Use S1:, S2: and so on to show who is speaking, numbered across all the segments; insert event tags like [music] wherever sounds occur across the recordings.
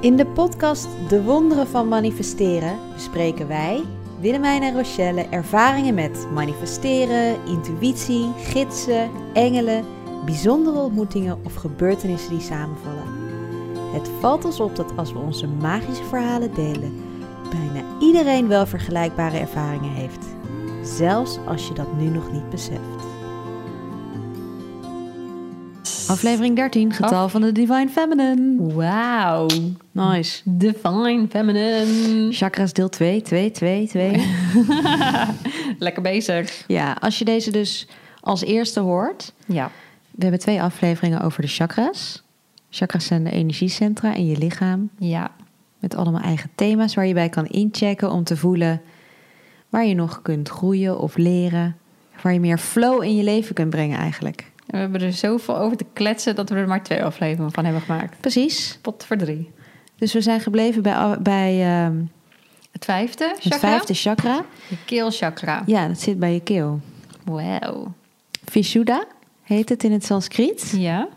S1: In de podcast De Wonderen van Manifesteren bespreken wij, Willemijn en Rochelle, ervaringen met manifesteren, intuïtie, gidsen, engelen, bijzondere ontmoetingen of gebeurtenissen die samenvallen. Het valt ons op dat als we onze magische verhalen delen, bijna iedereen wel vergelijkbare ervaringen heeft. Zelfs als je dat nu nog niet beseft. Aflevering 13, getal van de Divine Feminine.
S2: Wauw.
S1: Nice.
S2: Divine Feminine.
S1: Chakras deel 2, 2, 2, 2.
S2: Lekker bezig.
S1: Ja, als je deze dus als eerste hoort.
S2: Ja.
S1: We hebben twee afleveringen over de chakras. Chakras zijn de energiecentra in je lichaam.
S2: Ja.
S1: Met allemaal eigen thema's waar je bij kan inchecken om te voelen waar je nog kunt groeien of leren. Waar je meer flow in je leven kunt brengen eigenlijk.
S2: We hebben er zoveel over te kletsen dat we er maar twee afleveringen van hebben gemaakt.
S1: Precies.
S2: Pot voor drie.
S1: Dus we zijn gebleven bij, a- bij ehm,
S2: Het vijfde chakra.
S1: het vijfde chakra.
S2: De keelchakra.
S1: Ja, dat zit bij je keel.
S2: Wauw.
S1: Vishuddha heet het in het Sanskriet.
S2: Ja.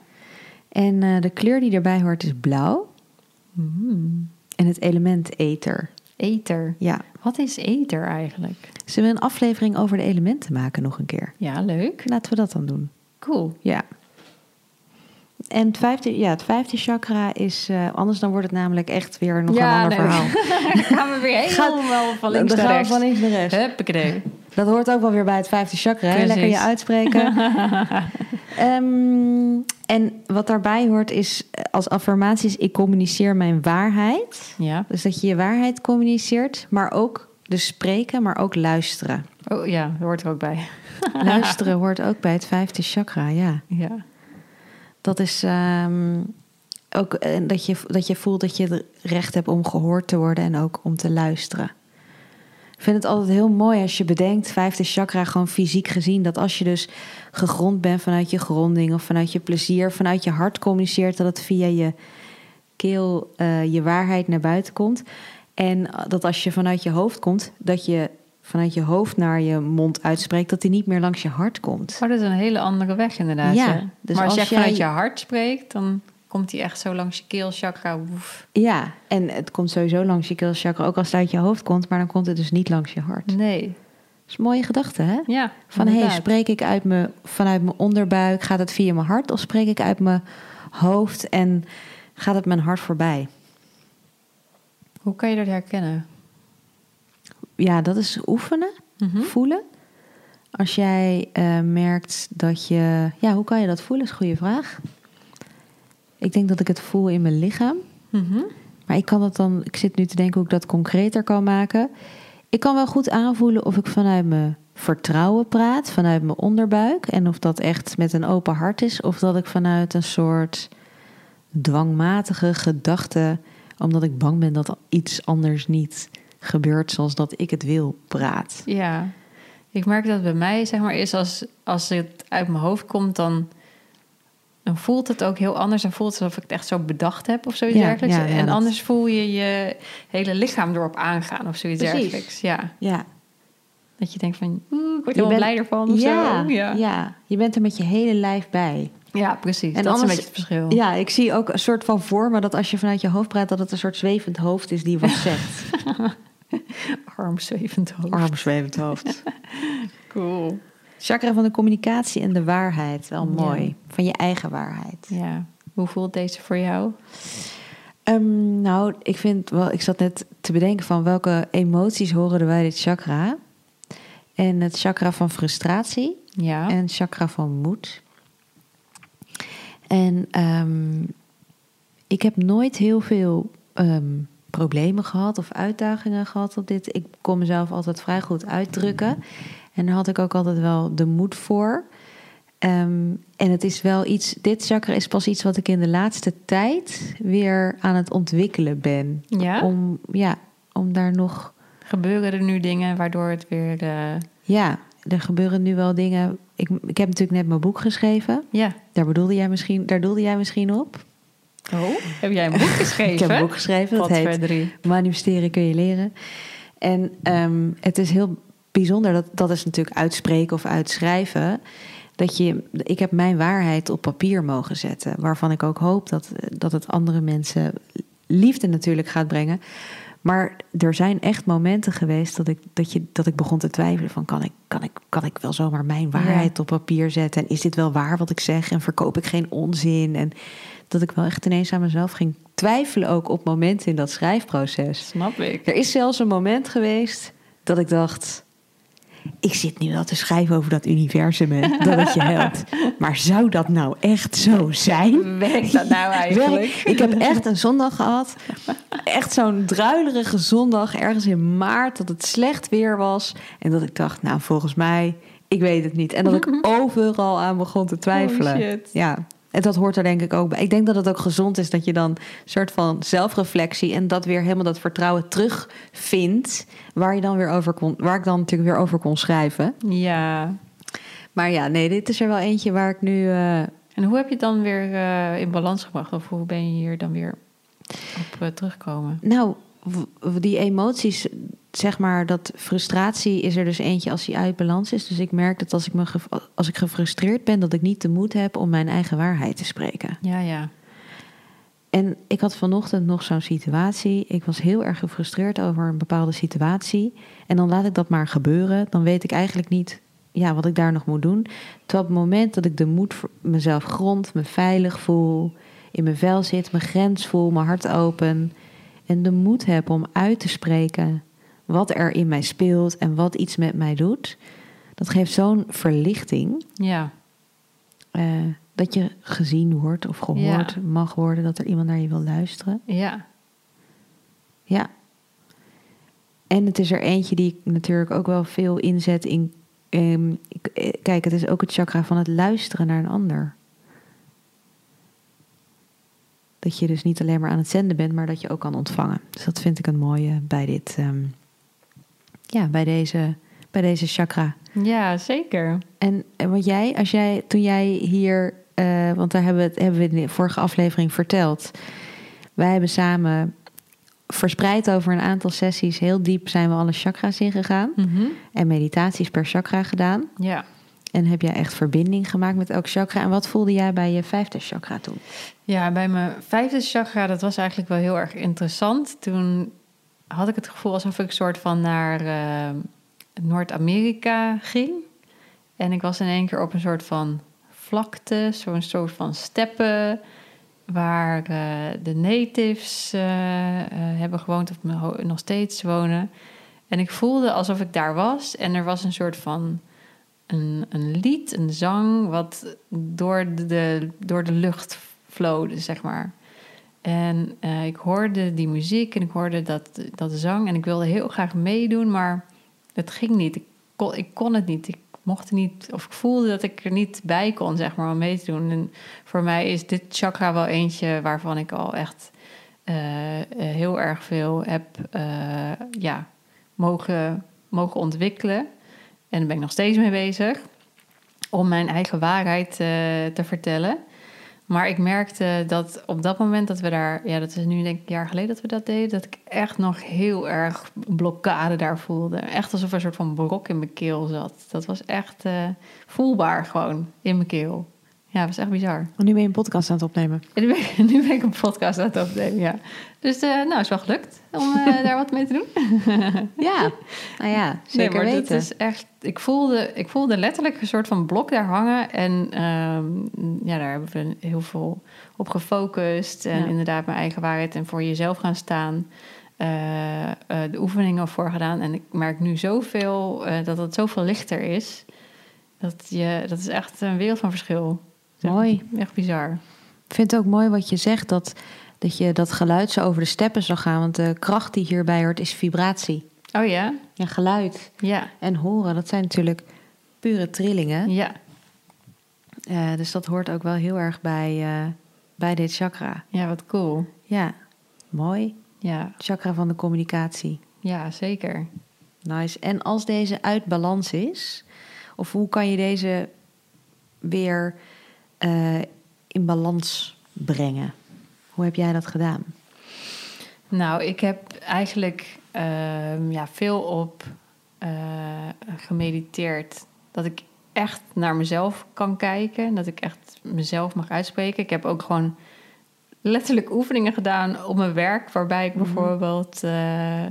S1: En eh, de kleur die erbij hoort is blauw.
S2: Mm.
S1: En het element ether.
S2: Eter.
S1: Ja.
S2: Wat is eter eigenlijk?
S1: Zullen we een aflevering over de elementen maken nog een keer?
S2: Ja, leuk.
S1: Laten we dat dan doen.
S2: Cool.
S1: Ja. En het vijfde, ja, het vijfde chakra is... eh, anders dan wordt het namelijk echt weer nog
S2: Ja,
S1: een ander
S2: [laughs] nee.
S1: verhaal.
S2: Daar gaan we
S1: [laughs]
S2: weer helemaal van links
S1: Dan gaan
S2: naar
S1: we
S2: rechts.
S1: van links naar rechts.
S2: Huppakee.
S1: Dat hoort ook wel weer bij het vijfde chakra. hè?
S2: Precies.
S1: Lekker je
S2: [laughs]
S1: uitspreken. Ehm, en wat daarbij hoort is eh, als affirmaties... ik communiceer mijn waarheid.
S2: Ja.
S1: Dus dat je je waarheid communiceert. Maar ook dus spreken, maar ook luisteren.
S2: Oh ja, dat hoort er ook bij.
S1: Luisteren hoort ook bij het vijfde chakra, ja.
S2: Ja.
S1: Dat is ehm, ook eh, dat, je, dat je voelt dat je het recht hebt om gehoord te worden en ook om te luisteren. Ik vind het altijd heel mooi als je bedenkt, vijfde chakra gewoon fysiek gezien, dat als je dus gegrond bent vanuit je gronding of vanuit je plezier, vanuit je hart communiceert, dat het via je keel eh, je waarheid naar buiten komt. En dat als je vanuit je hoofd komt, dat je vanuit je hoofd naar je mond uitspreekt, dat die niet meer langs je hart komt.
S2: Oh, dat is een hele andere weg inderdaad.
S1: Ja,
S2: hè?
S1: dus
S2: maar als,
S1: als
S2: je vanuit je
S1: jij-
S2: hart spreekt, dan komt die echt zo langs je keelchakra. Woef.
S1: Ja, en het komt sowieso langs je keelchakra, ook als het uit je hoofd komt, maar dan komt het dus niet langs je hart. Dat
S2: Nee.
S1: is een mooie gedachte, hè?
S2: Mm. Ja.
S1: Van hé, hey,
S2: inderdaad.
S1: spreek ik uit me, vanuit mijn onderbuik, gaat het via mijn hart of spreek ik uit mijn hoofd en gaat het mijn hart voorbij?
S2: Hoe kan je dat herkennen?
S1: Ja, dat is oefenen,
S2: Mhm.
S1: voelen. Als jij eh, merkt dat je. Ja, hoe kan je dat voelen? Is een goede vraag. Ik denk dat ik het voel in mijn lichaam.
S2: Mhm.
S1: Maar ik kan dat dan, ik zit nu te denken hoe ik dat concreter kan maken. Ik kan wel goed aanvoelen of ik vanuit mijn vertrouwen praat, vanuit mijn onderbuik. En of dat echt met een open hart is, of dat ik vanuit een soort dwangmatige gedachte, omdat ik bang ben dat iets anders niet gebeurt zoals dat ik het wil, praat.
S2: Ja. Ik merk dat bij mij, zeg maar, is als, als het uit mijn hoofd komt, dan, dan voelt het ook heel anders. Dan voelt het alsof ik het echt zo bedacht heb of zoiets
S1: Ja,
S2: dergelijks.
S1: ja, ja,
S2: en
S1: dat-
S2: anders voel je je hele lichaam erop aangaan of zoiets
S1: Precies.
S2: dergelijks. Ja.
S1: Ja,
S2: Dat je denkt van, oeh, ik word
S1: Je
S2: heel
S1: bent-
S2: blij ervan of
S1: ja,
S2: zo. Ja.
S1: ja, je bent er met je hele lijf bij.
S2: Ja, precies.
S1: En
S2: dat is een
S1: anders-
S2: beetje het verschil.
S1: Ja, ik zie ook een soort van voor me dat als je vanuit je hoofd praat, dat het een soort zwevend hoofd is die wat zegt.
S2: [laughs] Armzwevend hoofd.
S1: Armzwevend hoofd.
S2: Cool.
S1: [laughs] Chakra van de communicatie en de waarheid. Wel mooi. Van je eigen waarheid.
S2: Ja. Hoe voelt deze voor jou?
S1: Ehm, nou, ik vind wel, ik zat net te bedenken van welke emoties horen er bij dit chakra. En het chakra van frustratie
S2: Ja.
S1: en het chakra van moed. En ehm, ik heb nooit heel veel ehm, problemen gehad of uitdagingen gehad op dit. Ik kon mezelf altijd vrij goed uitdrukken. En daar had ik ook altijd wel de moed voor. Ehm, en het is wel iets, dit chakra is pas iets wat ik in de laatste tijd weer aan het ontwikkelen ben.
S2: ja?
S1: Om, ja, om daar nog
S2: Gebeuren er nu dingen waardoor het weer... eh,
S1: ja, er gebeuren nu wel dingen. Ik, ik heb natuurlijk net mijn boek geschreven.
S2: Ja.
S1: Daar bedoelde jij misschien, daar doelde jij misschien op.
S2: Oh, heb jij een boek
S1: [laughs]
S2: geschreven?
S1: Ik heb een boek geschreven, dat heet
S2: Drie.
S1: Manifesteren kun je leren. En ehm, het is heel bijzonder, dat, dat is natuurlijk uitspreken of uitschrijven. Dat je, ik heb mijn waarheid op papier mogen zetten. Waarvan ik ook hoop dat, dat het andere mensen liefde natuurlijk gaat brengen. Maar er zijn echt momenten geweest dat ik, dat je, dat ik begon te twijfelen van kan ik, kan, ik, kan ik wel zomaar mijn waarheid op papier zetten? En is dit wel waar wat ik zeg? En verkoop ik geen onzin? En dat ik wel echt ineens aan mezelf ging twijfelen ook op momenten in dat schrijfproces.
S2: Snap ik.
S1: Er is zelfs een moment geweest dat ik dacht... Ik zit nu wel te schrijven over dat universum en dat het je helpt. Maar zou dat nou echt zo zijn?
S2: Werkt dat nou eigenlijk?
S1: Werk. Ik heb echt een zondag gehad. Echt zo'n druilerige zondag ergens in maart. Dat het slecht weer was. En dat ik dacht, nou volgens mij, ik weet het niet. En dat
S2: [laughs]
S1: ik overal aan begon te twijfelen.
S2: Oh, shit.
S1: Ja. En dat hoort er denk ik ook bij. Ik denk dat het ook gezond is dat je dan een soort van zelfreflectie en dat weer helemaal dat vertrouwen terugvindt. Waar je dan weer over kon, waar ik dan natuurlijk weer over kon schrijven.
S2: Ja.
S1: Maar ja, nee, dit is er wel eentje waar ik nu. eh,
S2: En hoe heb je het dan weer eh, in balans gebracht? Of hoe ben je hier dan weer op eh, terugkomen?
S1: Nou, w- w- die emoties, zeg maar, dat frustratie is er dus eentje als die uit balans is. Dus ik merk dat als ik, me gef- als ik gefrustreerd ben, dat ik niet de moed heb om mijn eigen waarheid te spreken.
S2: Ja, ja.
S1: En ik had vanochtend nog zo'n situatie. Ik was heel erg gefrustreerd over een bepaalde situatie. En dan laat ik dat maar gebeuren. Dan weet ik eigenlijk niet ja, wat ik daar nog moet doen. Terwijl op het moment dat ik de moed voor mezelf grond, me veilig voel, in mijn vel zit, mijn grens voel, mijn hart open. En de moed heb om uit te spreken wat er in mij speelt en wat iets met mij doet. Dat geeft zo'n verlichting
S2: Ja.
S1: eh, dat je gezien wordt of gehoord
S2: Ja.
S1: mag worden, dat er iemand naar je wil luisteren.
S2: Ja.
S1: Ja. En het is er eentje die ik natuurlijk ook wel veel inzet in. ehm, ik- eh, kijk, het is ook het chakra van het luisteren naar een ander. Dat je dus niet alleen maar aan het zenden bent, maar dat je ook kan ontvangen. Dus dat vind ik een mooie bij dit. ehm, ja, bij deze, bij deze chakra.
S2: Ja, zeker.
S1: En, en want jij, als jij, toen jij hier, eh, want daar hebben we, het, hebben we in de vorige aflevering verteld. Wij hebben samen verspreid over een aantal sessies, heel diep zijn we alle chakra's ingegaan. En meditaties per chakra gedaan.
S2: Mhm. Ja.
S1: En heb jij echt verbinding gemaakt met elk chakra. En wat voelde jij bij je vijfde chakra toen?
S2: Ja, bij mijn vijfde chakra, dat was eigenlijk wel heel erg interessant. Toen had ik het gevoel alsof ik een soort van naar eh, Noord-Amerika ging. En ik was in één keer op een soort van vlakte, zo'n soort van steppen... waar eh, de natives eh, eh, hebben gewoond of nog- nog steeds wonen. En ik voelde alsof ik daar was. En er was een soort van een, een lied, een zang, wat door de, door de lucht flowde, zeg maar. En eh, ik hoorde die muziek en ik hoorde dat, dat zang en ik wilde heel graag meedoen, maar het ging niet. Ik kon, ik kon het niet. Ik mocht er niet, of ik voelde dat ik er niet bij kon, zeg maar, om mee te doen. En voor mij is dit chakra wel eentje waarvan ik al echt eh, eh, heel erg veel heb eh, ja, mogen, mogen ontwikkelen. En daar ben ik nog steeds mee bezig. Om mijn eigen waarheid eh, te vertellen. Maar ik merkte dat op dat moment dat we daar... Ja, dat is nu denk ik een jaar geleden dat we dat deden. Dat ik echt nog heel erg een blokkade daar voelde. Echt alsof er een soort van brok in mijn keel zat. Dat was echt eh, voelbaar gewoon in mijn keel. Ja, dat was echt bizar.
S1: Nu ben je een podcast aan het opnemen.
S2: En nu ben ik, [laughs] nu ben ik een podcast aan het opnemen, ja. Dus eh, nou, is wel gelukt om eh, daar wat mee te doen.
S1: [laughs] Ja, nou ja, zeker
S2: nee, maar
S1: weten.
S2: Dat is echt, ik, voelde, ik voelde letterlijk een soort van blok daar hangen. En ehm, ja, daar hebben we heel veel op gefocust. En
S1: Ja.
S2: inderdaad mijn eigen waarheid en voor jezelf gaan staan. Eh, eh, de oefeningen voor gedaan. En ik merk nu zoveel, eh, dat het zoveel lichter is. Dat, je, dat is echt een wereld van verschil. Echt-
S1: Mooi.
S2: Echt bizar.
S1: Ik vind het ook mooi wat je zegt, dat, dat je dat geluid zo over de steppen zal gaan. Want de kracht die hierbij hoort is vibratie.
S2: Oh ja?
S1: Ja, geluid
S2: Ja.
S1: en horen, dat zijn natuurlijk pure trillingen.
S2: Ja.
S1: Eh, dus dat hoort ook wel heel erg bij, eh, bij dit chakra.
S2: Ja, wat cool.
S1: Ja, mooi.
S2: Ja,
S1: Chakra van de communicatie.
S2: ja zeker.
S1: Nice. En als deze uit balans is, of hoe kan je deze weer eh, in balans brengen? Hoe heb jij dat gedaan?
S2: Nou, ik heb eigenlijk ehm, ja, veel op eh, gemediteerd. Dat ik echt naar mezelf kan kijken. Dat ik echt mezelf mag uitspreken. Ik heb ook gewoon letterlijk oefeningen gedaan op mijn werk. Waarbij ik bijvoorbeeld. eh,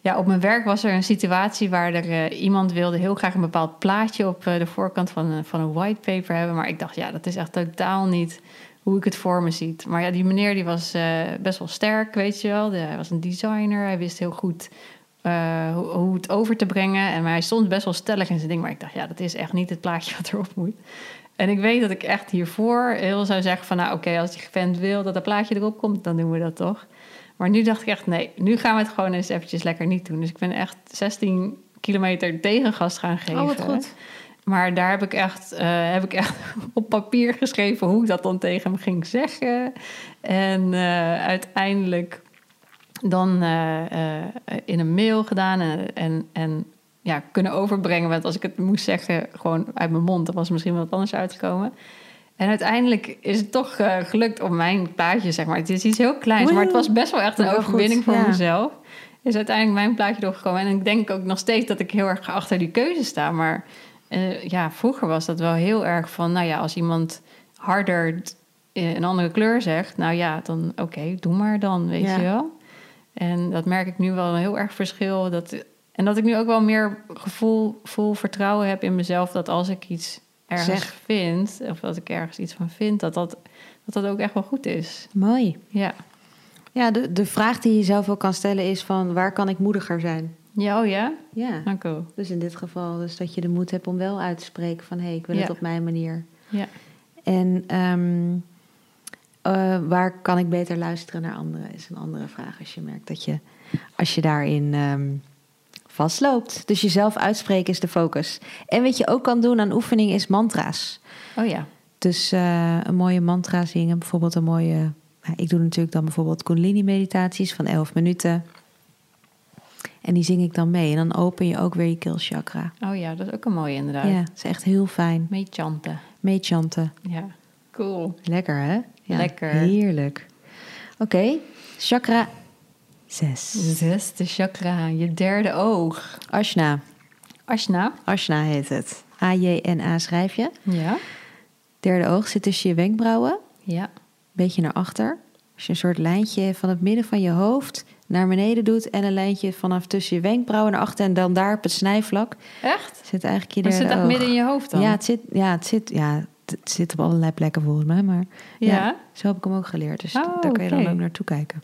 S2: ja, op mijn werk was er een situatie waar er eh, iemand wilde heel graag een bepaald plaatje op eh, de voorkant van, een- van een whitepaper hebben. Maar ik dacht, ja, dat is echt totaal niet hoe ik het voor me ziet. Maar ja, die meneer die was eh, best wel sterk, weet je wel. De- hij was een designer, hij wist heel goed eh, hoe, hoe het over te brengen. En maar hij stond best wel stellig in zijn ding. Maar ik dacht, ja, dat is echt niet het plaatje [laughs] wat erop moet. En ik weet dat ik echt hiervoor heel zou zeggen van... nou, oké, als die vent wil dat dat plaatje erop komt, dan doen we dat toch. Maar nu dacht ik echt, nee, nu gaan we het gewoon eens eventjes lekker niet doen. Dus ik ben echt 16 kilometer tegengas gaan geven.
S1: Oh, wat goed.
S2: Maar daar heb ik, echt, eh, heb ik echt [laughs] op papier geschreven hoe ik dat dan tegen hem ging zeggen. En eh, uiteindelijk dan eh, eh, in een mail gedaan en, en, en ja, kunnen overbrengen. Want als ik het moest zeggen, gewoon uit mijn mond, dan was er misschien wat anders uitgekomen. En uiteindelijk is het toch eh, gelukt om mijn plaatje, zeg maar. Het is iets heel kleins, maar het was best wel echt een
S1: Heel goed,
S2: overwinning voor
S1: ja.
S2: mezelf. Is uiteindelijk mijn plaatje doorgekomen. En ik denk ook nog steeds dat ik heel erg achter die keuze sta. Maar eh, ja, vroeger was dat wel heel erg van, nou ja, als iemand harder t- eh, een andere kleur zegt, nou ja, dan oké, doe maar dan, weet
S1: Ja.
S2: je wel. En dat merk ik nu wel een heel erg verschil. Dat, en dat ik nu ook wel meer gevoel, voel, vertrouwen heb in mezelf. Dat als ik iets ergens
S1: Zeg.
S2: vind, of dat ik ergens iets van vind, dat dat, dat, dat ook echt wel goed is.
S1: Mooi.
S2: Ja.
S1: Ja, de, de vraag die je zelf ook kan stellen is van waar kan ik moediger zijn?
S2: Ja, oh ja?
S1: Ja.
S2: Dank u.
S1: Dus in dit geval dus dat je de moed hebt om wel uit te spreken van hé, ik wil
S2: Ja.
S1: het op mijn manier.
S2: Ja.
S1: En ehm, eh, waar kan ik beter luisteren naar anderen is een andere vraag als je merkt dat je als je daarin ehm, vastloopt. Dus jezelf uitspreken is de focus. En wat je ook kan doen aan oefening is mantra's.
S2: Oh ja.
S1: Dus eh, een mooie mantra zingen, bijvoorbeeld een mooie. nou, Ik doe natuurlijk dan bijvoorbeeld Kundalini-meditaties van 11 minuten. En die zing ik dan mee. En dan open je ook weer je keelchakra.
S2: Oh ja, dat is ook een mooie inderdaad.
S1: Ja, dat is echt heel fijn.
S2: Mee chanten.
S1: Meechanten.
S2: Ja. Cool.
S1: Lekker hè?
S2: Lekker.
S1: Heerlijk. Oké, chakra 6.
S2: Zesde chakra, je derde oog.
S1: Ashna.
S2: Ashna.
S1: Ashna heet het. A-J-N-A schrijf je.
S2: Ja.
S1: Derde oog zit tussen je wenkbrauwen.
S2: Ja.
S1: beetje naar achter. Als je een soort lijntje van het midden van je hoofd naar beneden doet en een lijntje vanaf tussen je wenkbrauwen naar achter en dan daar op het snijvlak
S2: Echt?
S1: zit eigenlijk je
S2: Dat zit
S1: derde
S2: echt
S1: oog.
S2: midden in je hoofd dan?
S1: Ja, het zit, ja, het zit, ja, het zit op allerlei plekken volgens mij, maar ja.
S2: Ja?
S1: zo heb ik hem ook geleerd. Dus
S2: Oh,
S1: daar kun je dan
S2: oké.
S1: ook naartoe kijken.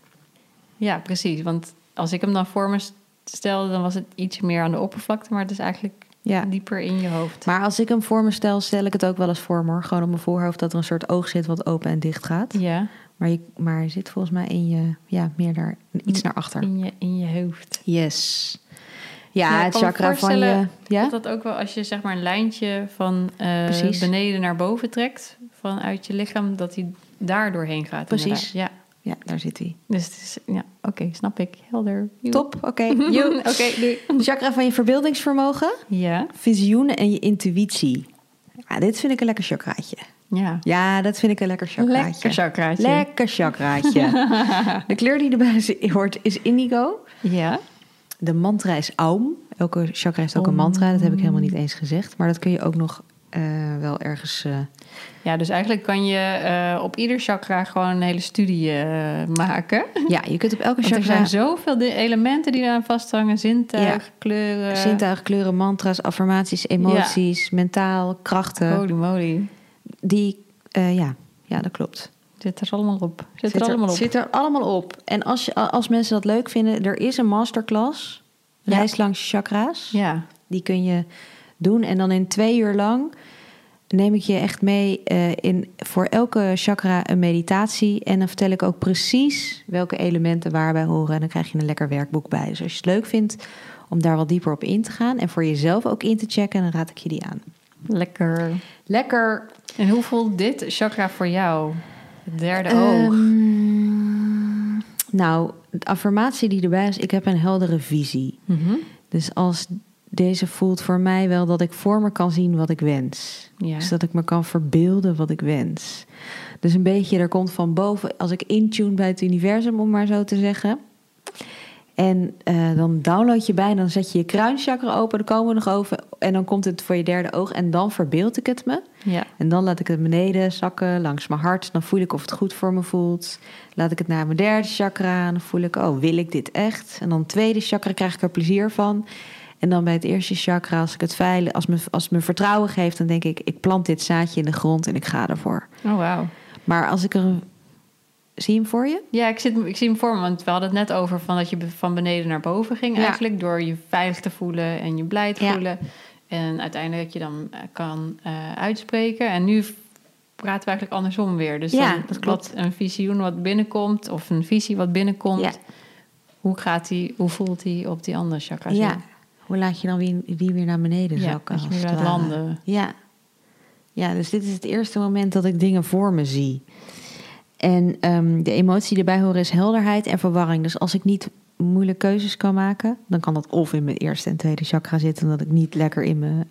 S2: Ja, precies. Want als ik hem dan voor me stelde, dan was het iets meer aan de oppervlakte, maar het is eigenlijk
S1: Ja.
S2: dieper in je hoofd.
S1: Maar als ik hem voor me stel, stel ik het ook wel eens voor me, hoor. gewoon op mijn voorhoofd dat er een soort oog zit wat open en dicht gaat.
S2: ja,
S1: Maar je, maar hij zit volgens mij in je, ja, meer daar, iets naar achter.
S2: in je, in je hoofd.
S1: Yes.
S2: Ja,
S1: Ja,
S2: ik
S1: het
S2: kan me
S1: chakra van je.
S2: voorstellen
S1: Ja?
S2: Dat dat ook wel als je zeg maar een lijntje van eh,
S1: Precies.
S2: beneden naar boven trekt, vanuit je lichaam, dat hij daar doorheen gaat.
S1: Precies.
S2: inderdaad. Ja,
S1: Ja, daar zit hij.
S2: dus het is, ja, oké, snap ik. Helder. Joe.
S1: Top, oké. You.
S2: [laughs] oké, doei.
S1: Chakra van je verbeeldingsvermogen,
S2: Ja,
S1: visioenen en je intuïtie. Ja, dit vind ik een lekker chakraatje.
S2: ja.
S1: Ja, dat vind ik een lekker chakraatje.
S2: Lekker chakraatje.
S1: Lekker chakraatje.
S2: [laughs]
S1: de kleur die erbij zi- hoort is indigo.
S2: Ja.
S1: De mantra is aum. Elke chakra heeft ook een mantra. Dat heb ik helemaal niet eens gezegd. Maar dat kun je ook nog eh, wel ergens... eh,
S2: Ja, dus eigenlijk kan je eh, op ieder chakra gewoon een hele studie eh, maken.
S1: Ja, je kunt op elke
S2: Want er
S1: chakra...
S2: zijn zoveel di- elementen die eraan vasthangen. Zintuig, kleuren.
S1: Zintuig, kleuren, mantra's, affirmaties, emoties, mentaal, krachten.
S2: Holy moly.
S1: Die, eh, ja. ja, dat klopt.
S2: Zit er allemaal op. Zit, er allemaal op.
S1: Zit er allemaal op. En als, je, als mensen dat leuk vinden, er is een masterclass.
S2: Ja.
S1: Reis langs je chakra's.
S2: Ja.
S1: Die kun je doen. En dan in twee uur lang neem ik je echt mee eh, in voor elke chakra een meditatie. En dan vertel ik ook precies welke elementen waarbij horen. En dan krijg je een lekker werkboek bij. Dus als je het leuk vindt om daar wat dieper op in te gaan. En voor jezelf ook in te checken, dan raad ik je die aan.
S2: Lekker.
S1: Lekker.
S2: En hoe voelt dit chakra voor jou? Het derde oog.
S1: Ehm, nou, de affirmatie die erbij is, ik heb een heldere visie.
S2: Mhm.
S1: Dus als deze voelt voor mij wel dat ik voor me kan zien wat ik wens.
S2: Ja.
S1: Dus dat ik me kan verbeelden wat ik wens. Dus een beetje, er komt van boven, als ik intune bij het universum, om maar zo te zeggen. En eh, dan download je bij en dan zet je je kruinchakra open. Dan komen we nog over. En dan komt het voor je derde oog. En dan verbeeld ik het me.
S2: Ja.
S1: En dan laat ik het beneden zakken langs mijn hart. Dan voel ik of het goed voor me voelt. Laat ik het naar mijn derde chakra. En dan voel ik, oh, wil ik dit echt? En dan tweede chakra krijg ik er plezier van. En dan bij het eerste chakra, als ik het veilig, als me, als het me vertrouwen geeft, dan denk ik, ik plant dit zaadje in de grond en ik ga ervoor.
S2: Oh, wauw.
S1: Maar als ik er een. Zie je hem voor je?
S2: Ja, ik, zit, ik zie hem voor me, want we hadden het net over van dat je be- van beneden naar boven ging
S1: Ja.
S2: eigenlijk. Door je veilig te voelen en je blij te
S1: Ja.
S2: voelen. En uiteindelijk dat je dan eh, kan eh, uitspreken. En nu v- praten we eigenlijk andersom weer. Dus
S1: Ja,
S2: dan
S1: dat klopt.
S2: Wat, een visioen wat binnenkomt of een visie wat binnenkomt.
S1: Ja.
S2: Hoe gaat die, hoe voelt die op die andere chakra?
S1: Ja. Hoe laat je dan wie, wie weer naar beneden
S2: Ja,
S1: zakken?
S2: dat je
S1: als
S2: weer
S1: het
S2: laat
S1: ware?
S2: landen.
S1: Ja. ja, dus dit is het eerste moment dat ik dingen voor me zie. En ehm, de emotie die erbij horen is helderheid en verwarring. Dus als ik niet moeilijke keuzes kan maken, dan kan dat of in mijn eerste en tweede chakra zitten, omdat ik niet lekker in mijn,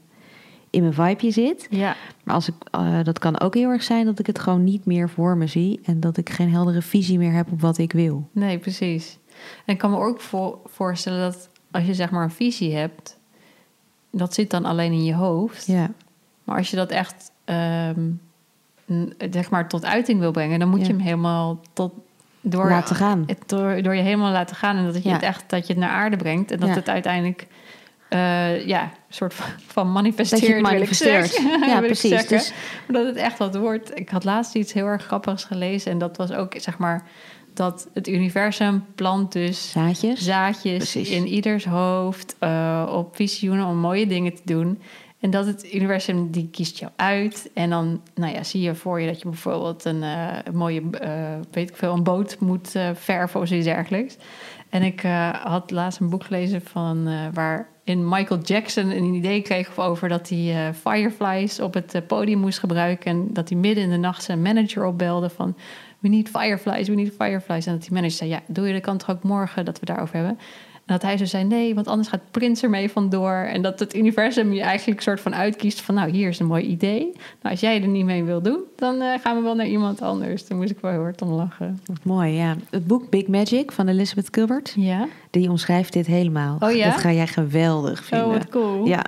S1: in mijn vibeje zit.
S2: Ja,
S1: Maar als ik, eh, dat kan ook heel erg zijn dat ik het gewoon niet meer voor me zie en dat ik geen heldere visie meer heb op wat ik wil.
S2: nee, precies. En ik kan me ook vo- voorstellen dat als je zeg maar een visie hebt... dat zit dan alleen in je hoofd...
S1: Ja,
S2: Maar als je dat echt ehm, n- zeg maar tot uiting wil brengen, dan moet
S1: Ja.
S2: je hem helemaal tot door
S1: laten gaan.
S2: het door, door je helemaal laten gaan en dat je
S1: Ja.
S2: het echt dat je het naar aarde brengt en dat
S1: Ja.
S2: het uiteindelijk eh, ja een soort van, van manifesteert.
S1: Dat je het
S2: wil ik
S1: manifesteert.
S2: zeggen. [laughs]
S1: Ja,
S2: Wil ik
S1: precies.
S2: zeggen.
S1: Dus-
S2: Maar dat het echt wat wordt. Ik had laatst iets heel erg grappigs gelezen en dat was ook zeg maar dat het universum plant dus
S1: Zaadjes.
S2: zaadjes
S1: Precies.
S2: in ieders hoofd eh, op visioenen om mooie dingen te doen. En dat het universum die kiest jou uit. En dan nou ja, zie je voor je dat je bijvoorbeeld een eh, een mooie, eh, weet ik veel, een boot moet eh, verven of zoiets dergelijks. En ik eh, had laatst een boek gelezen van eh, waarin Michael Jackson een idee kreeg over dat hij eh, Fireflies op het eh, podium moest gebruiken. En dat hij midden in de nacht zijn manager opbelde van we need fireflies, we need fireflies. En dat die manager zei, ja, doe je dat kan toch ook morgen dat we daarover hebben. En dat hij zo zei, nee, want anders gaat Prins ermee vandoor. En dat het universum je eigenlijk soort van uitkiest van, nou, hier is een mooi idee. Nou, als jij er niet mee wil doen, dan eh, gaan we wel naar iemand anders. Daar moest ik wel heel hard om lachen.
S1: Wat mooi, ja. Het boek Big Magic van Elizabeth Gilbert.
S2: Ja?
S1: Die omschrijft dit helemaal.
S2: Oh ja?
S1: Dat ga jij geweldig
S2: Oh,
S1: vinden.
S2: wat cool. Ja.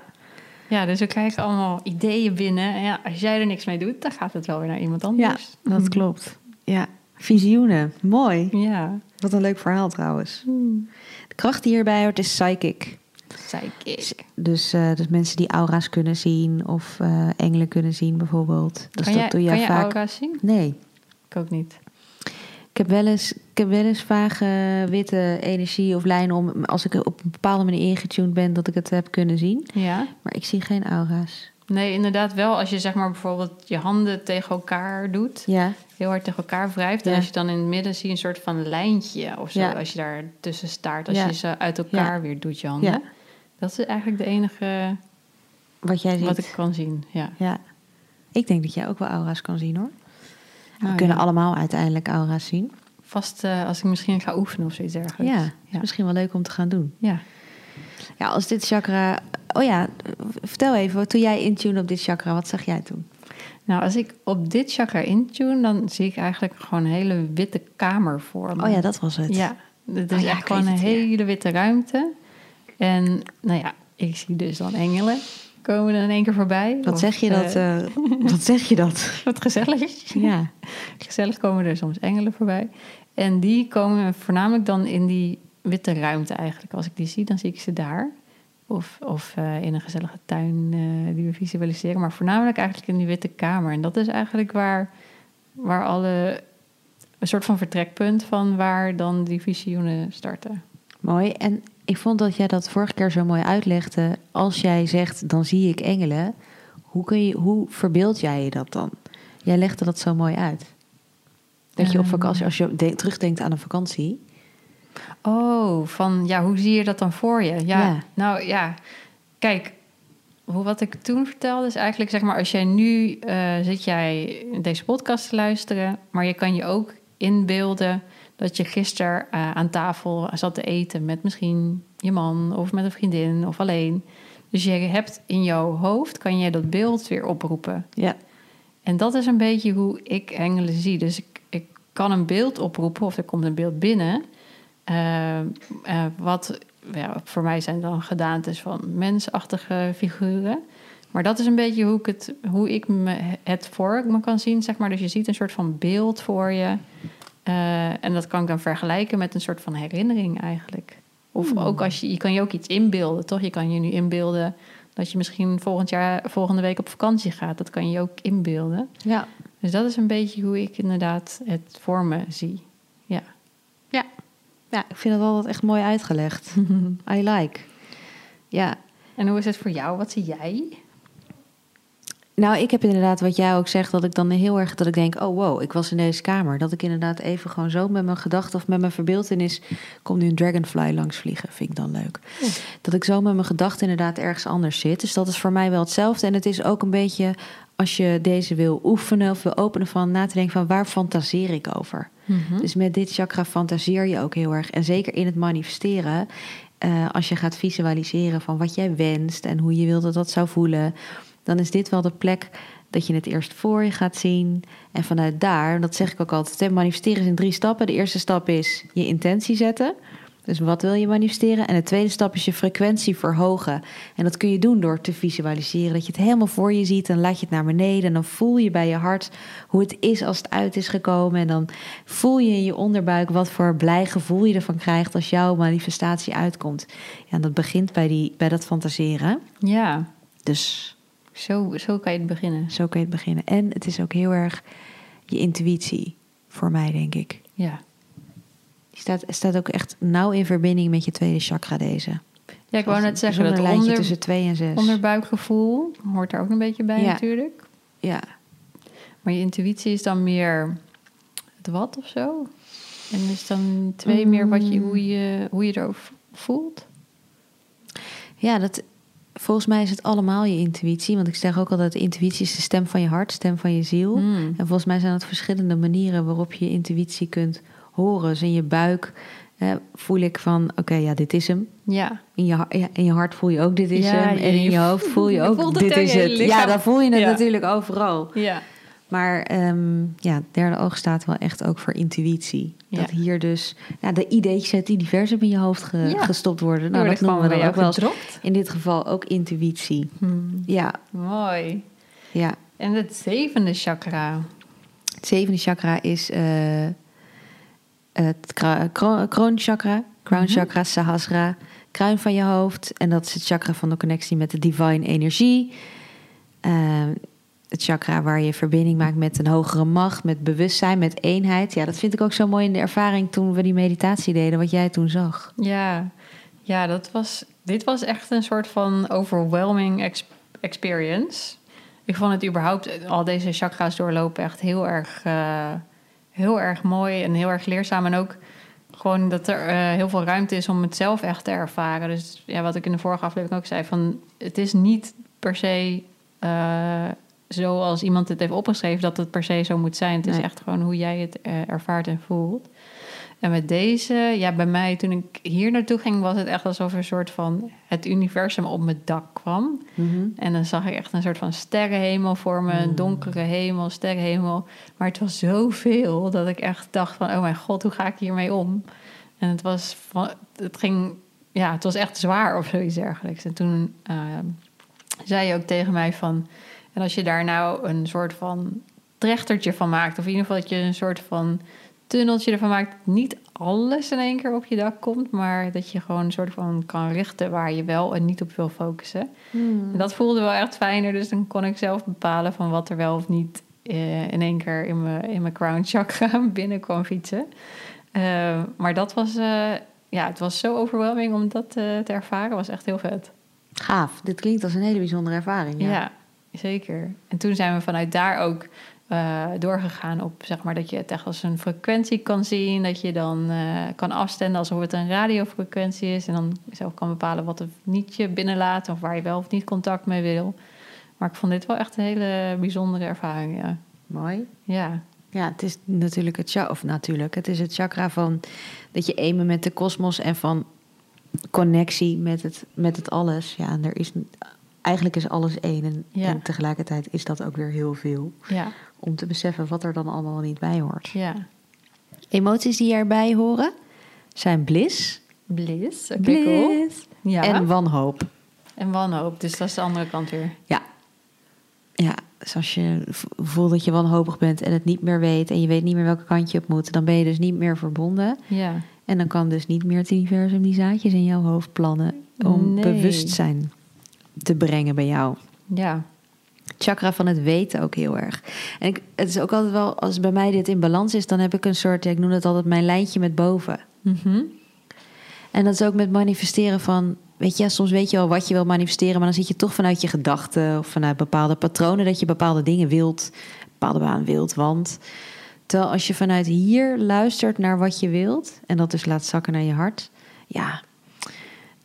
S1: Ja,
S2: dus we krijgen allemaal ideeën binnen. En ja, als jij er niks mee doet, dan gaat het wel weer naar iemand
S1: ja
S2: anders.
S1: dat klopt. Ja. Visioenen, mooi.
S2: Ja.
S1: Wat een leuk verhaal trouwens.
S2: Hmm.
S1: De kracht die hierbij hoort is psychic.
S2: Psychic.
S1: Dus, eh, dus mensen die aura's kunnen zien of eh, engelen kunnen zien bijvoorbeeld. Dus
S2: kan
S1: dat
S2: jij,
S1: doe jij
S2: kan jij
S1: vaak.
S2: aura's zien?
S1: Nee,
S2: Ik ook niet.
S1: Ik heb wel eens, ik heb wel eens vage witte energie of lijnen om... als ik op een bepaalde manier ingetuned ben dat ik het heb kunnen zien.
S2: Ja.
S1: Maar ik zie geen aura's.
S2: Nee, inderdaad wel. Als je zeg maar bijvoorbeeld je handen tegen elkaar doet,
S1: Ja,
S2: heel hard tegen elkaar wrijft.
S1: Ja.
S2: En als je dan in het midden zie je een soort van lijntje of zo.
S1: Ja.
S2: Als je daar tussen staart, als
S1: Ja.
S2: je ze uit elkaar weer doet, je handen.
S1: Ja.
S2: Dat is eigenlijk de enige
S1: wat jij ziet.
S2: wat ik kan zien. Ja.
S1: Ja. Ik denk dat jij ook wel aura's kan zien hoor.
S2: Nou,
S1: we kunnen
S2: ja.
S1: allemaal uiteindelijk aura's zien.
S2: Vast eh, als ik misschien ga oefenen of zoiets dergelijks.
S1: Ja, is
S2: ja.
S1: misschien wel leuk om te gaan doen.
S2: Ja.
S1: Ja, als dit chakra... Oh ja, vertel even, toen jij intune op dit chakra, wat zag jij toen?
S2: Nou, als ik op dit chakra intune, dan zie ik eigenlijk gewoon een hele witte kamer voor me.
S1: Oh ja, dat was het.
S2: Ja, het
S1: Oh
S2: is
S1: ja,
S2: echt
S1: ik
S2: gewoon een
S1: weet het, ja.
S2: hele witte ruimte. En nou ja, ik zie dus dan engelen komen er in één keer voorbij.
S1: Wat
S2: Of,
S1: zeg je dat?
S2: eh,
S1: eh, [laughs] wat zeg je dat?
S2: wat gezellig.
S1: Ja,
S2: Gezellig komen er soms engelen voorbij. En die komen voornamelijk dan in die witte ruimte eigenlijk. Als ik die zie, dan zie ik ze daar. Of, of eh, in een gezellige tuin eh, die we visualiseren. Maar voornamelijk eigenlijk in die witte kamer. En dat is eigenlijk waar, waar alle... Een soort van vertrekpunt van waar dan die visioenen starten.
S1: mooi. En ik vond dat jij dat vorige keer zo mooi uitlegde. Als jij zegt, dan zie ik engelen. Hoe, kun je, hoe verbeeld jij je dat dan? Jij legde dat zo mooi uit. Dat je op
S2: Ehm.
S1: vakantie, als je de- terugdenkt aan een vakantie...
S2: Oh, van ja, hoe zie je dat dan voor je? Ja,
S1: Ja.
S2: nou ja, kijk, hoe, wat ik toen vertelde is eigenlijk, zeg maar, als jij nu eh, zit jij deze podcast te luisteren, maar je kan je ook inbeelden dat je gisteren eh, aan tafel zat te eten met misschien je man of met een vriendin of alleen. Dus je hebt in jouw hoofd, kan je dat beeld weer oproepen.
S1: Ja,
S2: En dat is een beetje hoe ik engelen zie. Dus ik, ik kan een beeld oproepen of er komt een beeld binnen. eh, eh, wat ja, voor mij zijn dan gedaantes van mensachtige figuren. Maar dat is een beetje hoe ik het, hoe ik me, het voor me kan zien, zeg maar. Dus je ziet een soort van beeld voor je. Eh, en dat kan ik dan vergelijken met een soort van herinnering eigenlijk. Of ook als je, je kan je ook iets inbeelden, toch? Je kan je nu inbeelden dat je misschien volgend jaar, volgende week op vakantie gaat. Dat kan je ook inbeelden.
S1: Ja.
S2: Dus dat is een beetje hoe ik inderdaad het voor me zie. Ja.
S1: Ja. ja, ik vind het altijd echt mooi [laughs] uitgelegd. I like. Ja,
S2: En hoe is het voor jou? Wat zie jij?
S1: Nou, ik heb inderdaad wat jij ook zegt, dat ik dan heel erg dat ik denk, oh wow, ik was in deze kamer. Dat ik inderdaad even gewoon zo met mijn gedachten of met mijn verbeeldenis, komt nu een dragonfly langs vliegen, vind ik dan leuk. Dat ik zo met mijn gedachten inderdaad ergens anders zit. Dus dat is voor mij wel hetzelfde. En het is ook een beetje, als je deze wil oefenen of wil openen van na te denken van waar fantaseer ik over? Dus met dit chakra fantaseer je ook heel erg. En zeker in het manifesteren, eh, als je gaat visualiseren van wat jij wenst en hoe je wilt dat dat zou voelen, dan is dit wel de plek dat je het eerst voor je gaat zien. En vanuit daar, en dat zeg ik ook altijd, hè, manifesteren is in drie stappen. De eerste stap is je intentie zetten. Dus wat wil je manifesteren? En de tweede stap is je frequentie verhogen. En dat kun je doen door te visualiseren. Dat je het helemaal voor je ziet. Dan laat je het naar beneden. En dan voel je bij je hart hoe het is als het uit is gekomen. En dan voel je in je onderbuik wat voor blij gevoel je ervan krijgt als jouw manifestatie uitkomt. Ja, en dat begint bij, die, bij dat fantaseren.
S2: Ja,
S1: Dus
S2: zo, zo kan je het beginnen.
S1: zo kun je het beginnen. En het is ook heel erg je intuïtie voor mij, denk ik.
S2: Ja.
S1: Die staat, staat ook echt nauw in verbinding met je tweede chakra, deze.
S2: ja, ik wou
S1: Dat
S2: net
S1: is
S2: zeggen
S1: een
S2: dat
S1: lijntje
S2: onder,
S1: tussen twee en zes.
S2: onderbuikgevoel hoort daar ook een beetje bij
S1: Ja.
S2: natuurlijk.
S1: Ja.
S2: Maar je intuïtie is dan meer het wat of zo. En is dan twee meer wat je, hoe, je, hoe je erover voelt.
S1: ja, dat, volgens mij is het allemaal je intuïtie. Want ik zeg ook altijd, intuïtie is de stem van je hart, stem van je ziel.
S2: Hmm.
S1: En volgens mij zijn dat verschillende manieren waarop je je intuïtie kunt horen. Dus in je buik eh, voel ik van, oké, ja, dit is hem.
S2: Ja.
S1: In je, ha- ja, in je hart voel je ook dit is
S2: Ja,
S1: hem.
S2: je-
S1: En in
S2: je
S1: je hoofd voel je
S2: je
S1: ook
S2: [laughs] voelt het
S1: dit
S2: in
S1: is
S2: je
S1: het. Ja,
S2: lichaam.
S1: dan voel je het
S2: Ja.
S1: natuurlijk overal.
S2: Ja.
S1: Maar ehm, ja, het derde oog staat wel echt ook voor intuïtie.
S2: Ja.
S1: Dat hier dus nou, de ideetjes die divers in je hoofd ge-
S2: Ja.
S1: gestopt worden. Nou,
S2: Die
S1: dat
S2: worden
S1: noemen we
S2: gewoon
S1: dan ook
S2: bij
S1: wel
S2: jou Hmm.
S1: eens. In dit geval ook intuïtie. Ja,
S2: Mooi.
S1: ja.
S2: En het zevende chakra.
S1: Het zevende chakra is eh, het kra- kro- kroonchakra, crown chakra, sahasra, kruin van je hoofd. En dat is het chakra van de connectie met de divine energie. Eh, het chakra waar je verbinding maakt met een hogere macht, met bewustzijn, met eenheid. Ja, dat vind ik ook zo mooi in de ervaring toen we die meditatie deden, wat jij toen zag.
S2: Ja, ja dat was, dit was echt een soort van overwhelming ex- experience. Ik vond het überhaupt, al deze chakra's doorlopen, echt heel erg, eh, heel erg mooi en heel erg leerzaam. En ook gewoon dat er eh, heel veel ruimte is om het zelf echt te ervaren. Dus ja, wat ik in de vorige aflevering ook zei, van het is niet per se eh, zoals iemand het heeft opgeschreven, dat het per se zo moet zijn. Het is
S1: Nee.
S2: echt gewoon hoe jij het eh, ervaart en voelt. En met deze, ja, bij mij toen ik hier naartoe ging, was het echt alsof een soort van het universum op mijn dak kwam. En dan zag ik echt een soort van sterrenhemel voor me, een donkere hemel, sterrenhemel. Maar het was zoveel dat ik echt dacht van, oh mijn god, hoe ga ik hiermee om? En het was, van, het ging, ja, het was echt zwaar of zoiets dergelijks. En toen eh, zei je ook tegen mij van, en als je daar nou een soort van trechtertje van maakt, of in ieder geval dat je een soort van tunneltje ervan maakt, dat niet alles in één keer op je dak komt, maar dat je gewoon een soort van kan richten waar je wel en niet op wil focussen. En dat voelde wel echt fijner, dus dan kon ik zelf bepalen van wat er wel of niet eh, in één keer in mijn, in mijn crown chakra [laughs] binnen kwam fietsen. Eh, maar dat was, eh, ja, het was zo overwhelming om dat eh, te ervaren, was echt heel vet.
S1: Gaaf, dit klinkt als een hele bijzondere ervaring.
S2: Ja.
S1: Ja.
S2: zeker. En toen zijn we vanuit daar ook eh, doorgegaan op, zeg maar, dat je het echt als een frequentie kan zien. Dat je dan eh, kan afstellen alsof het een radiofrequentie is. En dan zelf kan bepalen wat of niet je binnenlaat of waar je wel of niet contact mee wil. Maar ik vond dit wel echt een hele bijzondere ervaring, ja.
S1: Mooi.
S2: Ja,
S1: Ja, het is natuurlijk het chakra, of natuurlijk, het is het chakra van dat je één bent met de kosmos en van connectie met het, met het alles. Ja, en er is eigenlijk is alles één en,
S2: Ja.
S1: en tegelijkertijd is dat ook weer heel veel
S2: ja,
S1: om te beseffen wat er dan allemaal niet bij hoort.
S2: ja.
S1: Emoties die erbij horen zijn bliss,
S2: Bliss. Oké, cool.
S1: bliss
S2: Ja.
S1: en
S2: En,
S1: wanhoop.
S2: wanhoop. Dus dat is de andere kant weer.
S1: Ja. Ja, dus als je v- voelt dat je wanhopig bent en het niet meer weet en je weet niet meer welke kant je op moet, dan ben je dus niet meer verbonden.
S2: Ja.
S1: En dan kan dus niet meer het universum die zaadjes in jouw hoofd plannen om
S2: Nee.
S1: bewustzijn te brengen bij jou.
S2: Ja.
S1: chakra van het weten ook heel erg. En ik, het is ook altijd wel, als bij mij dit in balans is, dan heb ik een soort, ja, ik noem het altijd mijn lijntje met boven.
S2: Mhm.
S1: En dat is ook met manifesteren van, weet je, ja, soms weet je wel wat je wil manifesteren, maar dan zit je toch vanuit je gedachten of vanuit bepaalde patronen dat je bepaalde dingen wilt, bepaalde baan wilt, want. Terwijl als je vanuit hier luistert naar wat je wilt en dat dus laat zakken naar je hart, ja,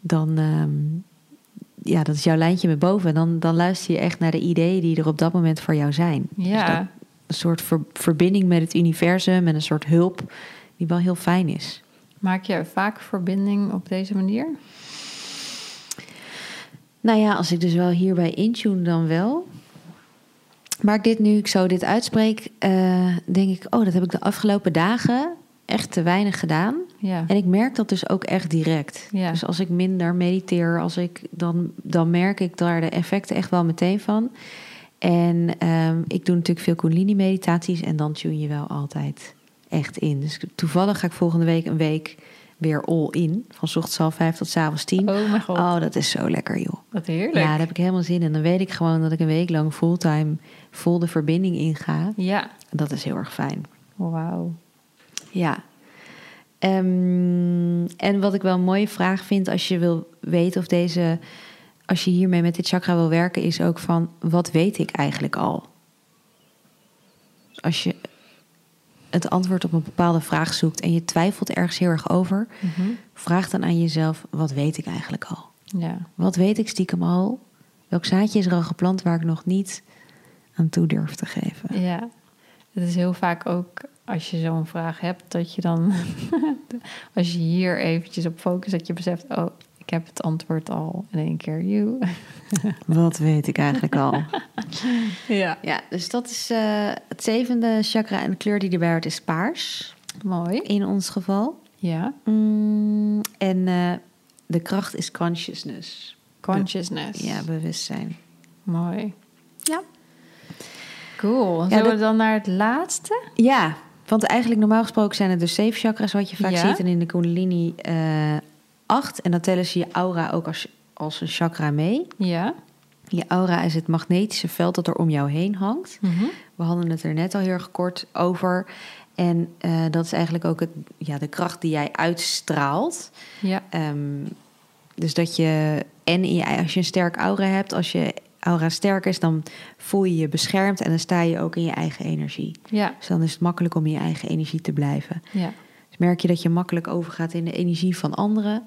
S1: dan, ehm, ja, dat is jouw lijntje met boven. En dan, dan luister je echt naar de ideeën die er op dat moment voor jou zijn. Dus dat
S2: Ja.
S1: een soort ver- verbinding met het universum en een soort hulp die wel heel fijn is.
S2: Maak je vaak verbinding op deze manier?
S1: Nou ja, als ik dus wel hierbij intune, dan wel. Maar ik dit nu ik zo dit uitspreek, eh, denk ik, oh, dat heb ik de afgelopen dagen echt te weinig gedaan.
S2: Ja.
S1: En ik merk dat dus ook echt direct.
S2: Ja.
S1: Dus als ik minder mediteer, als ik, dan, dan merk ik daar de effecten echt wel meteen van. En ehm, ik doe natuurlijk veel Kundalini-meditaties en dan tune je wel altijd echt in. Dus toevallig ga ik volgende week een week weer all in. Van 's ochtends half vijf tot 's avonds tien.
S2: Oh mijn god.
S1: Oh, dat is zo lekker, joh.
S2: Wat heerlijk.
S1: Ja, daar heb ik helemaal zin in. Dan weet ik gewoon dat ik een week lang fulltime vol de verbinding inga.
S2: Ja.
S1: Dat is heel erg fijn.
S2: Wauw.
S1: Ja. Ehm, en wat ik wel een mooie vraag vind als je wil weten of deze, als je hiermee met dit chakra wil werken, is ook van wat weet ik eigenlijk al? Als je het antwoord op een bepaalde vraag zoekt en je twijfelt ergens heel erg over,
S2: Mhm.
S1: vraag dan aan jezelf: wat weet ik eigenlijk al?
S2: Ja.
S1: Wat weet ik stiekem al? Welk zaadje is er al geplant waar ik nog niet aan toe durf te geven?
S2: Ja, het is heel vaak ook als je zo'n vraag hebt, dat je dan, [laughs] als je hier eventjes op focust, dat je beseft, oh, ik heb het antwoord al in één keer, you.
S1: Wat weet ik eigenlijk al?
S2: Ja.
S1: [laughs] Ja, dus dat is eh, het zevende chakra en de kleur die erbij hoort is paars,
S2: [laughs] Mooi.
S1: in ons geval.
S2: Ja.
S1: Mm, en eh, de kracht is consciousness.
S2: Consciousness.
S1: Ja, bewustzijn.
S2: Mooi.
S1: Ja.
S2: Cool. Zullen
S1: dat-
S2: we dan naar het laatste?
S1: Ja, want eigenlijk normaal gesproken zijn het dus zeven chakras wat je vaak
S2: Ja.
S1: ziet. En in de kundalini eh, acht. En dan tellen ze je aura ook als, als een chakra mee.
S2: Ja.
S1: Je aura is het magnetische veld dat er om jou heen hangt.
S2: Mhm.
S1: We hadden het er net al heel erg kort over. En eh, dat is eigenlijk ook het, ja, de kracht die jij uitstraalt.
S2: Ja.
S1: Ehm, dus dat je, en in je- als je een sterk aura hebt, als je aura sterk is, dan voel je je beschermd en dan sta je ook in je eigen energie.
S2: Ja.
S1: Dus dan is het makkelijk om in je eigen energie te blijven.
S2: Ja.
S1: Dus merk je dat je makkelijk overgaat in de energie van anderen,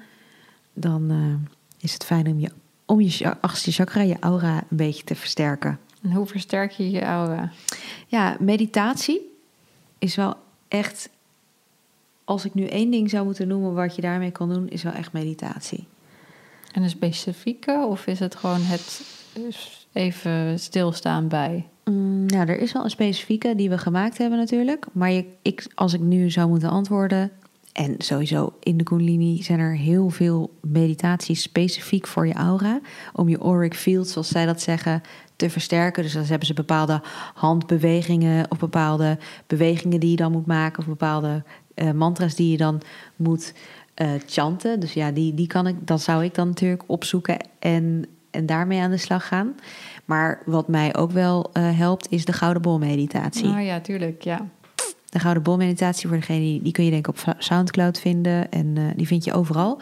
S1: dan eh, is het fijn om je, om je cha- achtste chakra, je aura, een beetje te versterken.
S2: En hoe versterk je je aura?
S1: Ja, meditatie is wel echt. Als ik nu één ding zou moeten noemen wat je daarmee kan doen, is wel echt meditatie.
S2: En een specifieke of is het gewoon het eh, even stilstaan bij?
S1: Mm, nou, er is wel een specifieke die we gemaakt hebben natuurlijk. Maar je, ik, als ik nu zou moeten antwoorden. En sowieso in de Kundalini zijn er heel veel meditaties specifiek voor je aura. Om je auric field, zoals zij dat zeggen, te versterken. Dus dan hebben ze bepaalde handbewegingen of bepaalde bewegingen die je dan moet maken. Of bepaalde eh, mantra's die je dan moet eh, chanten. Dus ja, die, die kan ik, dat zou ik dan natuurlijk opzoeken en, en daarmee aan de slag gaan. Maar wat mij ook wel eh, helpt, is de Gouden Bol meditatie.
S2: Oh ja, tuurlijk. Ja.
S1: De Gouden Bol meditatie, voor degene die, die kun je denk ik op Soundcloud vinden. En eh, die vind je overal.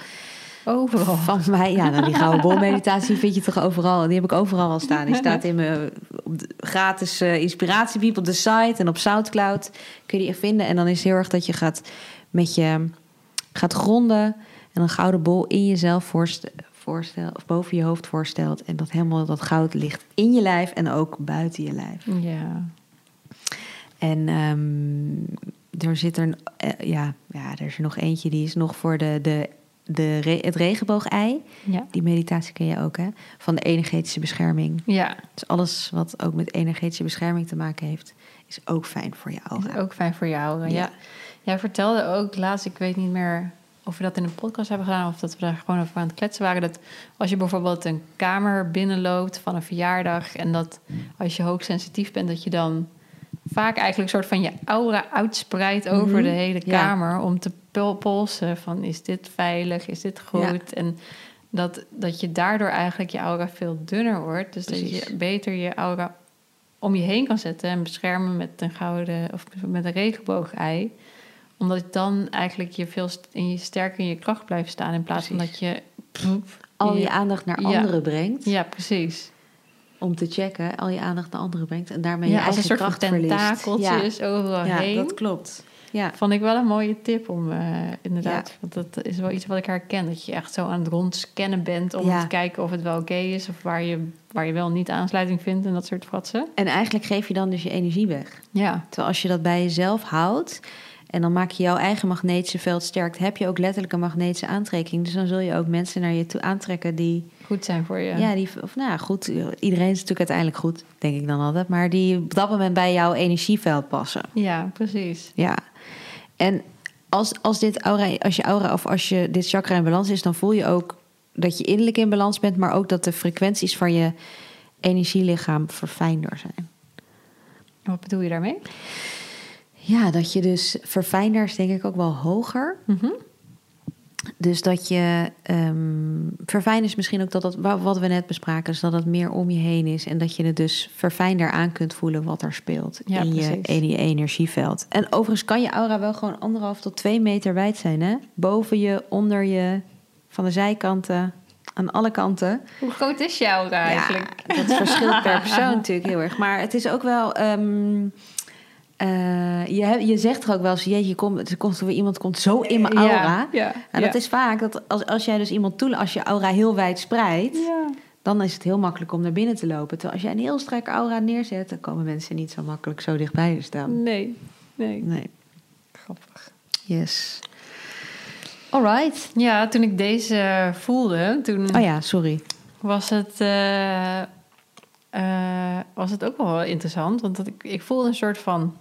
S2: Overal.
S1: Van mij, ja, nou, die gouden bol meditatie vind je toch overal. Die heb ik overal al staan. Die staat in mijn op de gratis eh inspiratiebiep op de site en op Soundcloud. Kun je die echt vinden. En dan is het heel erg dat je gaat met je gaat gronden en een gouden bol in jezelf voorst- voorstelt of boven je hoofd voorstelt en dat helemaal dat goud ligt in je lijf en ook buiten je lijf.
S2: Ja.
S1: En ehm, er zit er, een- eh, ja, ja, er is er nog eentje die is nog voor de, de, de re- het regenboog-ei.
S2: Ja.
S1: Die meditatie ken je ook, hè? Van de energetische bescherming.
S2: Ja,
S1: Dus alles wat ook met energetische bescherming te maken heeft, is ook fijn voor je
S2: is
S1: aura.
S2: ook fijn voor jou. Ja.
S1: Ja.
S2: Jij vertelde ook laatst, ik weet niet meer of we dat in een podcast hebben gedaan of dat we daar gewoon over aan het kletsen waren. Dat als je bijvoorbeeld een kamer binnenloopt van een verjaardag en dat als je hoogsensitief bent, dat je dan vaak eigenlijk een soort van je aura uitspreidt over
S1: Mhm,
S2: de hele
S1: ja.
S2: kamer om te pol- polsen van is dit veilig, is dit goed? En dat, dat je daardoor eigenlijk je aura veel dunner wordt. Dus dat
S1: Precies.
S2: je beter je aura om je heen kan zetten en beschermen met een gouden of met een regenboog-ei. Omdat het dan eigenlijk je veel st- in je sterker in je kracht blijft staan in plaats van dat
S1: Precies.
S2: je.
S1: Al je aandacht naar
S2: Ja.
S1: anderen brengt.
S2: Ja, precies.
S1: Om te checken. Al je aandacht naar anderen brengt. En daarmee je
S2: ja, als
S1: eigen
S2: een soort van
S1: kracht verliest.
S2: tentakeltjes overal
S1: ja. ja,
S2: heen.
S1: dat klopt. Ja.
S2: Vond ik wel een mooie tip om eh, inderdaad,
S1: Ja.
S2: want dat is wel iets wat ik herken. Dat je echt zo aan het rondscannen bent om
S1: Ja.
S2: te kijken of het wel oké is of waar je, waar je wel niet aansluiting vindt en dat soort fratsen.
S1: En eigenlijk geef je dan dus je energie weg.
S2: Ja,
S1: Terwijl als je dat bij jezelf houdt en dan maak je jouw eigen magnetische veld sterk, heb je ook letterlijk een magnetische aantrekking. Dus dan zul je ook mensen naar je toe aantrekken die,
S2: goed zijn voor je.
S1: ja, die of nou ja, goed, iedereen is natuurlijk uiteindelijk goed, denk ik dan altijd, maar die op dat moment bij jouw energieveld passen.
S2: Ja, precies.
S1: Ja. En als, als dit aura, als je aura of als je dit chakra in balans is, dan voel je ook dat je innerlijk in balans bent, maar ook dat de frequenties van je energielichaam verfijnder zijn.
S2: Wat bedoel je daarmee?
S1: Ja, dat je dus verfijnder is denk ik ook wel hoger.
S2: Mhm.
S1: Dus dat je ehm verfijnen is misschien ook dat, dat wa- wat we net bespraken, is dat het meer om je heen is. En dat je het dus verfijnder aan kunt voelen wat er speelt
S2: Ja,
S1: in, je, e-,
S2: precies.
S1: in je energieveld. En overigens kan je aura wel gewoon anderhalf tot twee meter wijd zijn. Hè? Boven je, onder je, van de zijkanten, aan alle kanten.
S2: Hoe groot is jouw aura eigenlijk?
S1: Ja, dat verschilt per persoon natuurlijk heel erg. Maar het is ook wel. ehm, eh, je, hebt- je zegt er ook wel eens: jeetje, je komt, er komt, weer iemand komt zo in mijn
S2: Ja,
S1: aura.
S2: ja,
S1: En
S2: ja.
S1: dat is vaak dat als, als jij dus iemand toe, als je aura heel wijd spreidt,
S2: Ja.
S1: dan is het heel makkelijk om naar binnen te lopen. Terwijl als jij een heel strakke aura neerzet, dan komen mensen niet zo makkelijk zo dichtbij je staan.
S2: Nee, nee.
S1: Nee.
S2: Mm. Grappig.
S1: Yes. Alright.
S2: Ja, toen ik deze voelde, toen
S1: Oh ja, sorry.
S2: was het, eh, eh, was het ook wel wel interessant. Want dat ik, ik voelde een soort van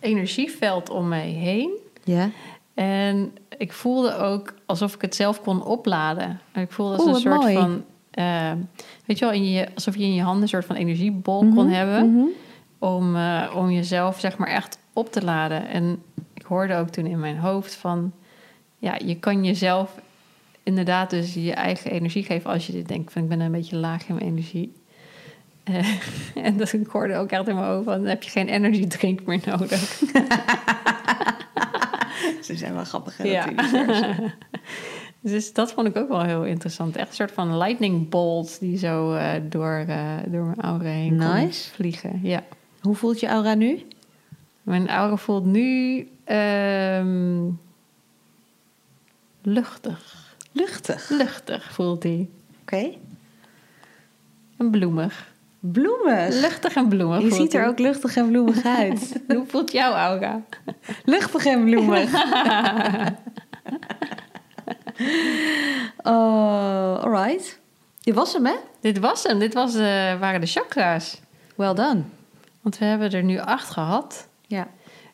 S2: energieveld om mij heen.
S1: Ja.
S2: En ik voelde ook alsof ik het zelf kon opladen. En ik voelde als
S1: Oeh,
S2: een
S1: wat mooi.
S2: soort van... eh, weet je wel, in je, alsof je in je handen een soort van energiebol
S1: Mhm,
S2: kon hebben... om, eh, om jezelf zeg maar echt op te laden. En ik hoorde ook toen in mijn hoofd van... ja, je kan jezelf inderdaad dus je eigen energie geven... als je dit denkt van ik ben een beetje laag in mijn energie... Eh, [laughs] en dat ik hoorde ook echt in mijn ogen van... dan heb je geen energy drink meer
S1: [laughs]
S2: nodig.
S1: Ze zijn wel grappig. hè,
S2: Ja.
S1: dat die universen.
S2: [laughs] Dus dat vond ik ook wel heel interessant. Echt een soort van lightning bolt die zo eh, door, eh, door mijn aura heen kon
S1: Nice.
S2: vliegen. Ja.
S1: Hoe voelt je aura nu?
S2: Mijn aura voelt nu ehm, luchtig.
S1: Luchtig.
S2: Luchtig voelt die.
S1: Oké.
S2: En bloemig.
S1: Bloemen.
S2: Luchtig en bloemig.
S1: Je
S2: voelt
S1: ziet er
S2: die.
S1: ook luchtig en bloemig [laughs] uit.
S2: Hoe voelt jouw aura?
S1: luchtig en [laughs] bloemig. oh, alright. Dit was hem, hè?
S2: Dit was hem. Dit was, eh, waren de chakra's.
S1: Well done.
S2: Want we hebben er nu acht gehad.
S1: Ja.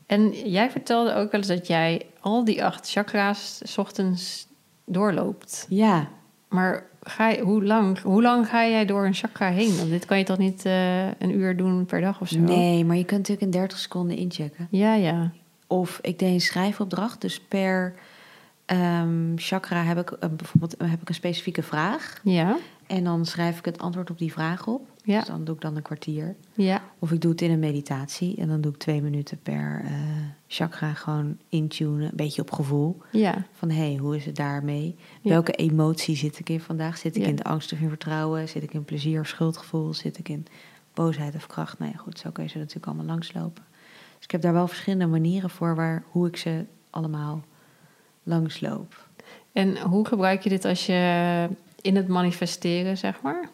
S2: En jij vertelde ook wel eens dat jij al die acht chakra's 's ochtends doorloopt.
S1: Ja.
S2: Maar ga je, hoe, lang, hoe lang ga jij door een chakra heen? Want dit kan je toch niet eh, een uur doen per dag of zo?
S1: Nee, maar je kunt natuurlijk in 30 seconden inchecken.
S2: Ja, ja.
S1: Of ik deed een schrijfopdracht, dus per ehm, chakra heb ik eh, bijvoorbeeld eh, heb ik een specifieke vraag.
S2: Ja,
S1: En dan schrijf ik het antwoord op die vraag op.
S2: Ja.
S1: Dus dan doe ik dan een kwartier.
S2: ja.
S1: Of ik doe het in een meditatie en dan doe ik twee minuten per eh, chakra gewoon intunen, een beetje op gevoel.
S2: Ja,
S1: Van hé, hey, hoe is het daarmee?
S2: Ja.
S1: Welke emotie zit ik in vandaag? Zit ik
S2: Ja.
S1: in de angst of in vertrouwen? Zit ik in plezier of schuldgevoel? Zit ik in boosheid of kracht? Nou ja, goed, zo kun je ze natuurlijk allemaal langslopen. Dus ik heb daar wel verschillende manieren voor waar, hoe ik ze allemaal langsloop.
S2: en hoe gebruik je dit als je in het manifesteren, zeg maar?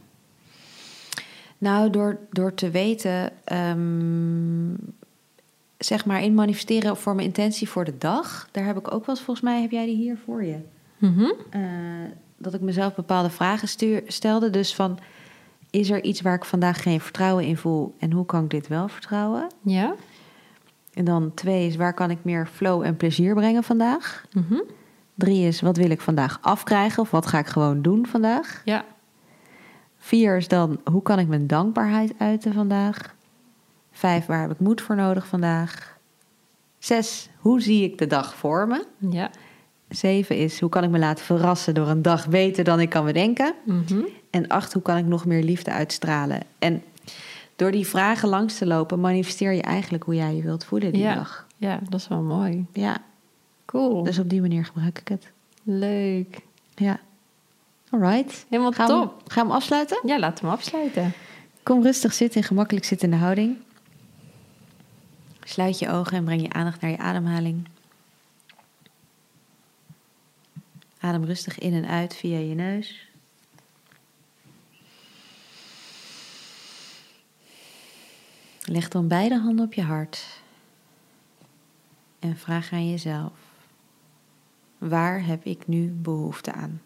S1: Nou, door, door te weten, ehm, zeg maar in manifesteren voor mijn intentie voor de dag. Daar heb ik ook wel eens, volgens mij heb jij die hier voor je.
S2: Mhm.
S1: eh, dat ik mezelf bepaalde vragen stuur, stelde. Dus van, is er iets waar ik vandaag geen vertrouwen in voel? En hoe kan ik dit wel vertrouwen?
S2: Ja.
S1: En dan twee is, waar kan ik meer flow en plezier brengen vandaag?
S2: Mhm.
S1: Drie is, wat wil ik vandaag afkrijgen of wat ga ik gewoon doen vandaag?
S2: Ja.
S1: Vier is dan, hoe kan ik mijn dankbaarheid uiten vandaag? Vijf, waar heb ik moed voor nodig vandaag? Zes, hoe zie ik de dag voor me?
S2: Ja.
S1: Zeven is, hoe kan ik me laten verrassen door een dag beter dan ik kan bedenken?
S2: Mhm.
S1: En acht, hoe kan ik nog meer liefde uitstralen? En door die vragen langs te lopen, manifesteer je eigenlijk hoe jij je wilt voelen die
S2: Ja.
S1: dag.
S2: Ja, dat is wel mooi.
S1: Ja,
S2: Cool.
S1: dus op die manier gebruik ik het.
S2: Leuk.
S1: Ja. Alright.
S2: Helemaal
S1: Gaan we,
S2: top.
S1: gaan we hem afsluiten?
S2: Ja, laten we hem afsluiten.
S1: Kom rustig zitten in gemakkelijk zittende houding. Sluit je ogen en breng je aandacht naar je ademhaling. Adem rustig in en uit via je neus. Leg dan beide handen op je hart en vraag aan jezelf: waar heb ik nu behoefte aan?